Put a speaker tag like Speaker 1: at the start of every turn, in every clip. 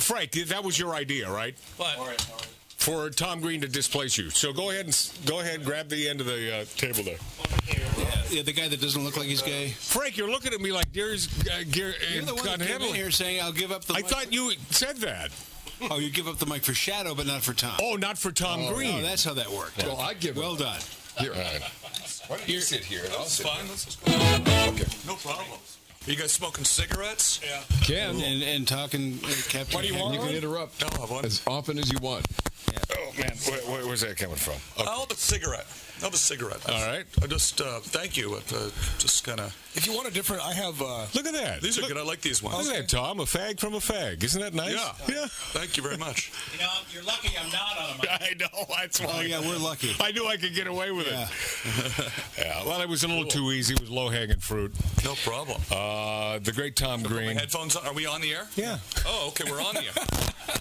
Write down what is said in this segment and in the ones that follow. Speaker 1: Frank, that was your idea, right?
Speaker 2: But
Speaker 1: For Tom Green to displace you. So go ahead and s- go ahead and grab the end of the uh, table there.
Speaker 3: Yeah, the guy that doesn't look like he's gay.
Speaker 1: Frank, you're looking at me like Gary's uh, Gary,
Speaker 3: You're the one that came in
Speaker 1: unhandling.
Speaker 3: here saying, "I'll give up the."
Speaker 1: I
Speaker 3: mic.
Speaker 1: thought you said that.
Speaker 3: Oh, you give up the mic for Shadow, but not for Tom.
Speaker 1: Oh, not for Tom Green.
Speaker 3: Oh, that's how that worked.
Speaker 4: Well, I give
Speaker 3: Well
Speaker 4: up.
Speaker 3: done.
Speaker 4: Here, why don't you sit here and I'll
Speaker 2: it's
Speaker 4: sit.
Speaker 2: fine. Let's just go. No problem. Are you guys smoking cigarettes? Yeah.
Speaker 4: Can
Speaker 3: And and talking uh, Captain.
Speaker 1: What do you
Speaker 3: Haddock.
Speaker 1: want?
Speaker 4: you can interrupt
Speaker 2: No, I want.
Speaker 4: as often as you want.
Speaker 1: Oh man, where, where, where's that coming from? Oh,
Speaker 2: I'll have a cigarette. I'll have a cigarette.
Speaker 1: All right.
Speaker 2: I just uh, thank you. Uh, just kind of.
Speaker 5: If you want a different, I have. Uh,
Speaker 1: Look at that.
Speaker 2: These are
Speaker 1: look,
Speaker 2: good. I like these
Speaker 1: Look
Speaker 2: ones.
Speaker 1: at that, Tom. A fag from a fag. Isn't that nice?
Speaker 2: Yeah.
Speaker 1: Yeah.
Speaker 2: Thank you very much.
Speaker 6: You know, you're lucky I'm not on a mic.
Speaker 1: I know. That's why.
Speaker 3: Oh yeah, we're lucky.
Speaker 1: I knew I could get away with
Speaker 3: Yeah.
Speaker 1: it. Yeah. Well, it was a little too easy. It was low hanging fruit.
Speaker 2: No problem.
Speaker 1: Uh, the great Tom
Speaker 2: My
Speaker 1: Green.
Speaker 2: headphones on. Are we on the air?
Speaker 1: Yeah.
Speaker 2: Oh, okay. We're on the air.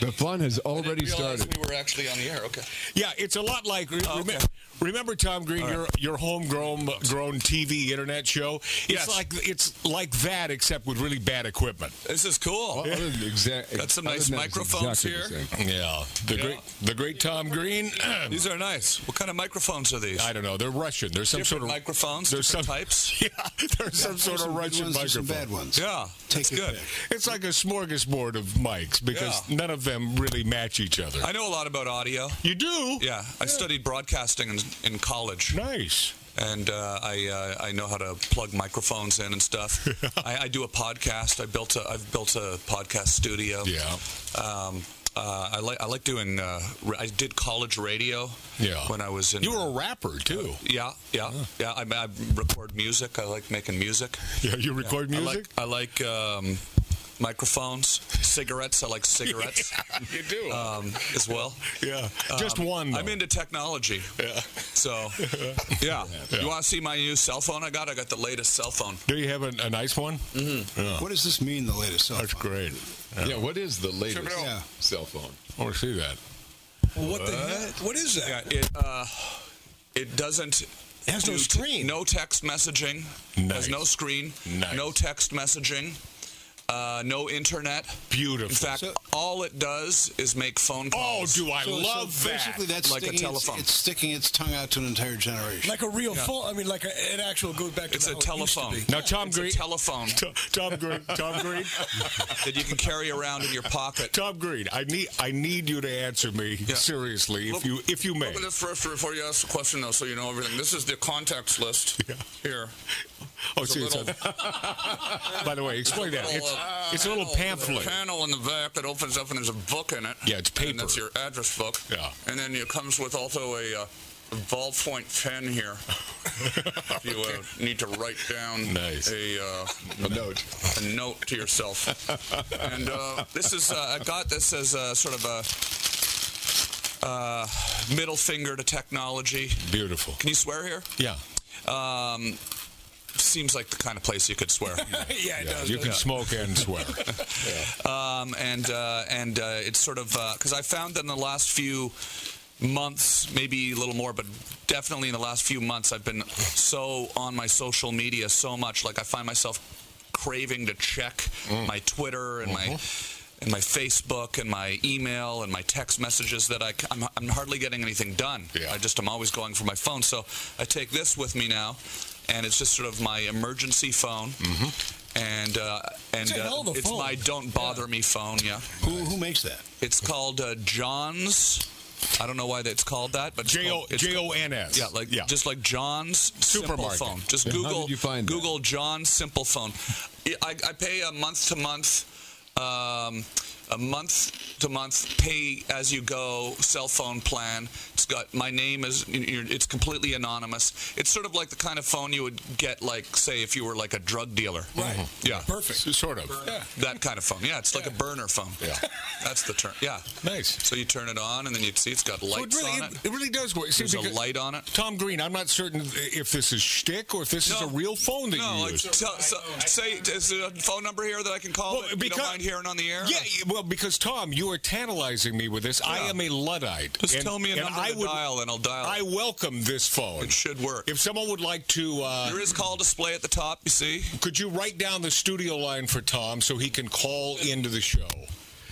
Speaker 4: The fun has already
Speaker 2: Didn't realize
Speaker 4: started.
Speaker 2: We were actually on the air. Okay.
Speaker 1: Yeah. It's a lot like. Re-
Speaker 2: okay.
Speaker 1: remem- Remember Tom Green, your your homegrown grown TV internet show. It's
Speaker 2: Yes.
Speaker 1: like it's like that, except with really bad equipment.
Speaker 2: This is cool.
Speaker 4: Well, other than exact-
Speaker 2: Got some
Speaker 4: other
Speaker 2: nice
Speaker 4: than that, it's
Speaker 2: microphones
Speaker 4: exactly
Speaker 2: here.
Speaker 4: the same.
Speaker 1: Yeah. The
Speaker 2: Yeah.
Speaker 1: great the great Tom Green.
Speaker 2: These are nice. What kind of microphones are these?
Speaker 1: I don't know. They're Russian. There's some sort
Speaker 2: different
Speaker 1: of
Speaker 2: microphones,
Speaker 1: There's
Speaker 2: different
Speaker 1: some
Speaker 2: types.
Speaker 1: Yeah, there's some sort
Speaker 3: Some
Speaker 1: of
Speaker 3: good
Speaker 1: Russian
Speaker 3: ones, there's
Speaker 1: microphone.
Speaker 3: Some bad ones.
Speaker 2: Yeah,
Speaker 3: Take
Speaker 2: that's
Speaker 3: your
Speaker 2: good.
Speaker 3: pick.
Speaker 1: It's like a smorgasbord of mics because
Speaker 2: Yeah.
Speaker 1: none of them really match each other.
Speaker 2: I know a lot about audio.
Speaker 1: you do?
Speaker 2: Yeah, I studied broadcasting in, in college,
Speaker 1: Nice.
Speaker 2: and uh, I uh, I know how to plug microphones in and stuff. I, I do a podcast. I built a I've built a podcast studio.
Speaker 1: Yeah.
Speaker 2: Um, uh, I like I like doing. Uh, ra- I did college radio.
Speaker 1: Yeah.
Speaker 2: When I was in.
Speaker 1: You were a rapper too.
Speaker 2: yeah, yeah, yeah. I, I record music. I like making music.
Speaker 1: Yeah, you record music.
Speaker 2: I like, I like um, microphones, cigarettes. I like cigarettes
Speaker 1: you do.
Speaker 2: um, as well.
Speaker 1: yeah, just one. Though.
Speaker 2: Um, I'm into technology. Yeah. So, yeah. You want to see my new cell phone I got? I got the latest cell phone.
Speaker 1: do you have a, a nice one? Mm-hmm. Yeah.
Speaker 3: What does this mean? The latest cell
Speaker 1: That's
Speaker 3: phone?
Speaker 1: great.
Speaker 4: Yeah, what is the latest
Speaker 3: Yeah.
Speaker 4: cell phone?
Speaker 1: I want to see that.
Speaker 5: what the heck? What is that?
Speaker 2: Yeah, it, uh, it doesn't.
Speaker 5: It has no
Speaker 2: do t-
Speaker 5: screen.
Speaker 2: no text messaging.
Speaker 1: Nice.
Speaker 2: Has no screen.
Speaker 1: Nice.
Speaker 2: No text messaging. Uh, no internet.
Speaker 1: Beautiful.
Speaker 2: In fact,
Speaker 3: So-
Speaker 2: all it does is make phone
Speaker 1: oh,
Speaker 2: calls.
Speaker 1: do I
Speaker 3: So- so
Speaker 1: love that?
Speaker 3: Basically, that's
Speaker 2: Like a
Speaker 3: sticking its-
Speaker 2: telephone.
Speaker 3: It's, sticking its tongue out to an entire generation.
Speaker 5: Like a real phone? I mean, like a, an actual. Go back to
Speaker 2: It's a
Speaker 5: how it used to
Speaker 2: telephone.
Speaker 5: be.
Speaker 1: Now, Tom
Speaker 2: It's a
Speaker 1: Green.
Speaker 2: telephone
Speaker 1: Tom- Tom Green. Tom Green.
Speaker 2: that you can carry around in your pocket.
Speaker 1: Tom Green. I need I need you to answer me seriously, if
Speaker 2: Look-
Speaker 1: you if you may.
Speaker 2: Look at this first before you ask the question, though, so you know everything. This is the contacts list
Speaker 1: Yeah.
Speaker 2: here.
Speaker 1: Oh,
Speaker 2: It's a
Speaker 1: see, it's
Speaker 2: little-
Speaker 1: a- by the way, explain that.
Speaker 2: little,
Speaker 1: It's,
Speaker 2: uh,
Speaker 1: it's a little
Speaker 2: panel-
Speaker 1: pamphlet.
Speaker 2: panel in the back that opens up and there's a book in it.
Speaker 1: Yeah, it's paper.
Speaker 2: And that's your address book.
Speaker 1: Yeah.
Speaker 2: And then it comes with also a, uh, a ballpoint pen here. if you uh, need to write down
Speaker 1: Nice.
Speaker 2: a, uh,
Speaker 4: A note.
Speaker 2: a note to yourself. and uh, this is uh, I got this as a sort of a uh, middle finger to technology.
Speaker 1: Beautiful.
Speaker 2: Can you swear here?
Speaker 1: Yeah.
Speaker 2: Um, seems like the kind of place you could swear.
Speaker 5: yeah, it does.
Speaker 1: You can
Speaker 5: doesn't it?
Speaker 1: smoke and swear.
Speaker 2: um, and uh, and uh, it's sort of because I found that in the last few months, maybe a little more, but definitely in the last few months, I've been so on my social media so much. Like I find myself craving to check my Twitter and my. And my Facebook and my email and my text messages that I, am I'm hardly getting anything done.
Speaker 1: Yeah.
Speaker 2: I just am always going for my phone. So I take this with me now, and it's just sort of my emergency phone. And uh, and
Speaker 5: It's a hell
Speaker 2: uh,
Speaker 5: of a
Speaker 2: it's
Speaker 5: phone.
Speaker 2: my don't bother me phone. Yeah,
Speaker 3: Who, who makes that?
Speaker 2: it's called uh, John's. I don't know why it's called that, but it's
Speaker 1: J O
Speaker 2: called- it's
Speaker 1: J O N S.
Speaker 2: yeah, like just like John's
Speaker 1: Supermarket.
Speaker 2: simple phone. Just
Speaker 4: Yeah. How
Speaker 2: Google
Speaker 4: did you find that?
Speaker 2: Google John's simple phone. I, I pay a month to month, um, a month to month pay as you go cell phone plan. It's got my name is you're- it's completely anonymous. It's sort of like the kind of phone you would get like say if you were like a drug dealer.
Speaker 5: Right.
Speaker 2: Yeah.
Speaker 5: Perfect.
Speaker 1: Mm-hmm. S- sort of.
Speaker 2: That kind of phone. Yeah, it's like a burner phone.
Speaker 1: Yeah.
Speaker 2: That's the term. Yeah.
Speaker 1: Nice.
Speaker 2: So you turn it on and then you'd see it's got
Speaker 1: So
Speaker 2: lights
Speaker 1: it really
Speaker 2: on it.
Speaker 1: it, really does work. See,
Speaker 2: There's a
Speaker 1: because-
Speaker 2: light on it.
Speaker 1: Tom Green, I'm not certain if this is shtick or if this is
Speaker 2: No.
Speaker 1: a real phone that
Speaker 2: No,
Speaker 1: you
Speaker 2: like,
Speaker 1: use.
Speaker 2: tell, so, say, is there a phone number here that I can call?
Speaker 1: Well,
Speaker 2: that you
Speaker 1: because-
Speaker 2: don't mind hearing on the air?
Speaker 1: Yeah, y- well, because Tom, you are tantalizing me with this. I
Speaker 2: Yeah.
Speaker 1: am a luddite.
Speaker 2: Just
Speaker 1: and-
Speaker 2: tell me a
Speaker 1: and
Speaker 2: number
Speaker 1: I
Speaker 2: to
Speaker 1: would,
Speaker 2: dial, and I'll dial.
Speaker 1: I
Speaker 2: it.
Speaker 1: welcome this phone.
Speaker 2: it should work.
Speaker 1: If someone would like to, uh,
Speaker 2: there is call display at the top. You see?
Speaker 1: could you write down the studio line for Tom so he can call into the show?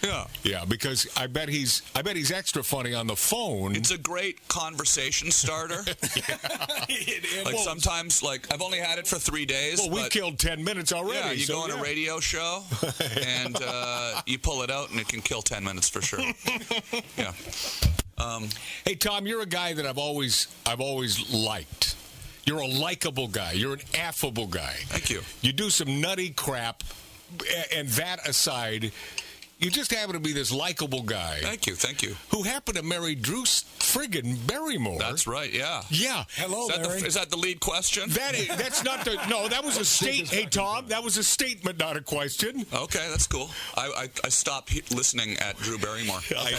Speaker 2: Yeah.
Speaker 1: Yeah, because I bet he's I bet he's extra funny on the phone.
Speaker 2: It's a great conversation starter. like sometimes, like I've only had it for three days.
Speaker 1: well, we
Speaker 2: but-
Speaker 1: killed ten minutes already.
Speaker 2: Yeah, you
Speaker 1: so
Speaker 2: go on
Speaker 1: yeah.
Speaker 2: a radio show and uh, you pull it out, and it can kill ten minutes for sure. yeah. Um,
Speaker 1: Hey Tom, you're a guy that I've always I've always liked. You're a likable guy. You're an affable guy.
Speaker 2: Thank you.
Speaker 1: You do some nutty crap, a- and that aside, you just happen to be this likable guy
Speaker 2: Thank you. Thank you.
Speaker 1: who happened to marry Drew friggin' Barrymore.
Speaker 2: That's right. Yeah.
Speaker 1: yeah.
Speaker 5: Hello,
Speaker 2: Is that,
Speaker 5: Larry.
Speaker 2: the, is that the lead question?
Speaker 1: That is, that's not the no. That was a state. Hey Tom, that was a statement, not a question.
Speaker 2: Okay, that's cool. I, I, I stopped he- listening at Drew Barrymore. I,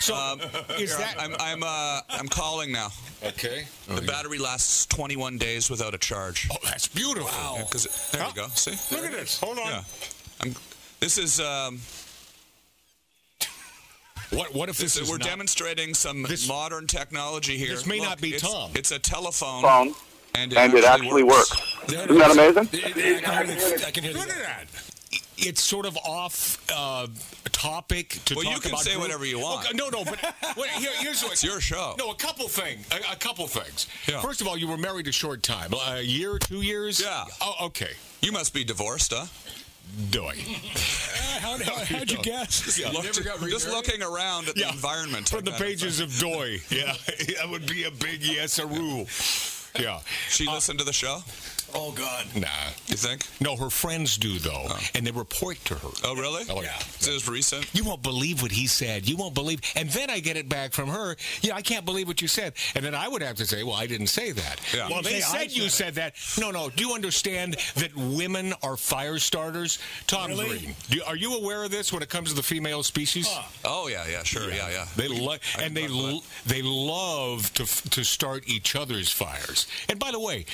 Speaker 1: So is that
Speaker 2: Um, I'm I'm uh, I'm calling now.
Speaker 1: okay?
Speaker 2: the battery lasts 21 days without a charge.
Speaker 1: Oh, that's beautiful.
Speaker 2: Yeah, 'cause it- there
Speaker 1: Huh?
Speaker 2: you go. See?
Speaker 1: Look at this. Hold on.
Speaker 2: Yeah. I'm, this is um,
Speaker 1: What? What if this,
Speaker 2: this-
Speaker 1: is
Speaker 2: we're
Speaker 1: not-
Speaker 2: demonstrating some
Speaker 1: This-
Speaker 2: modern technology here.
Speaker 1: This may not be
Speaker 2: it's-
Speaker 1: Tom.
Speaker 2: It's a telephone.
Speaker 7: phone,
Speaker 2: and it
Speaker 7: and it
Speaker 2: actually
Speaker 7: actually
Speaker 2: works.
Speaker 7: works. Isn't that amazing?
Speaker 5: I can hear the- I can hear the-
Speaker 1: Look at that. It's sort of off uh, topic to
Speaker 2: Well, you
Speaker 1: talk
Speaker 2: can
Speaker 1: about
Speaker 2: say
Speaker 1: Drew.
Speaker 2: whatever you want.
Speaker 1: Okay, no, no, but wait, here, here's what.
Speaker 2: It's your show.
Speaker 1: No, a couple thing. A, a couple things.
Speaker 2: Yeah.
Speaker 1: First of all, you were married a short time, a year, two years.
Speaker 2: Yeah.
Speaker 1: Oh, okay.
Speaker 2: You must be divorced, huh?
Speaker 1: Doing.
Speaker 5: How, how, how'd you guess?
Speaker 2: Look-
Speaker 4: never got
Speaker 2: just
Speaker 4: remarried?
Speaker 2: looking around at
Speaker 1: Yeah.
Speaker 2: the environment.
Speaker 1: From
Speaker 2: I
Speaker 1: the
Speaker 2: kind of-
Speaker 1: pages of Doy. Yeah, that would be a big yes, a rule. Yeah.
Speaker 2: She
Speaker 1: Uh,
Speaker 2: listened to the show,
Speaker 5: Oh God.
Speaker 1: Nah.
Speaker 2: you think?
Speaker 1: No, her friends do though, and they report to her.
Speaker 2: Oh, really?
Speaker 1: Oh, yeah.
Speaker 2: Is this recent?
Speaker 1: You won't believe what he said. You won't believe. And then I get it back from her. Yeah, I can't believe what you said. And then I would have to say, well, I didn't say that.
Speaker 2: Yeah.
Speaker 1: Well,
Speaker 2: You
Speaker 1: they
Speaker 5: say I
Speaker 1: said you said that. No, no. Do you understand that women are fire starters? Tom
Speaker 5: Really?
Speaker 1: Green, do, are you aware of this when it comes to the female species?
Speaker 2: Oh, yeah, yeah, sure, yeah, yeah.
Speaker 1: They love
Speaker 2: I
Speaker 1: and they
Speaker 2: can talk about
Speaker 1: l- they love to f- to start each other's fires. And by the way,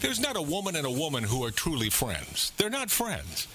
Speaker 1: there's not a woman and a woman who are truly friends. They're not friends.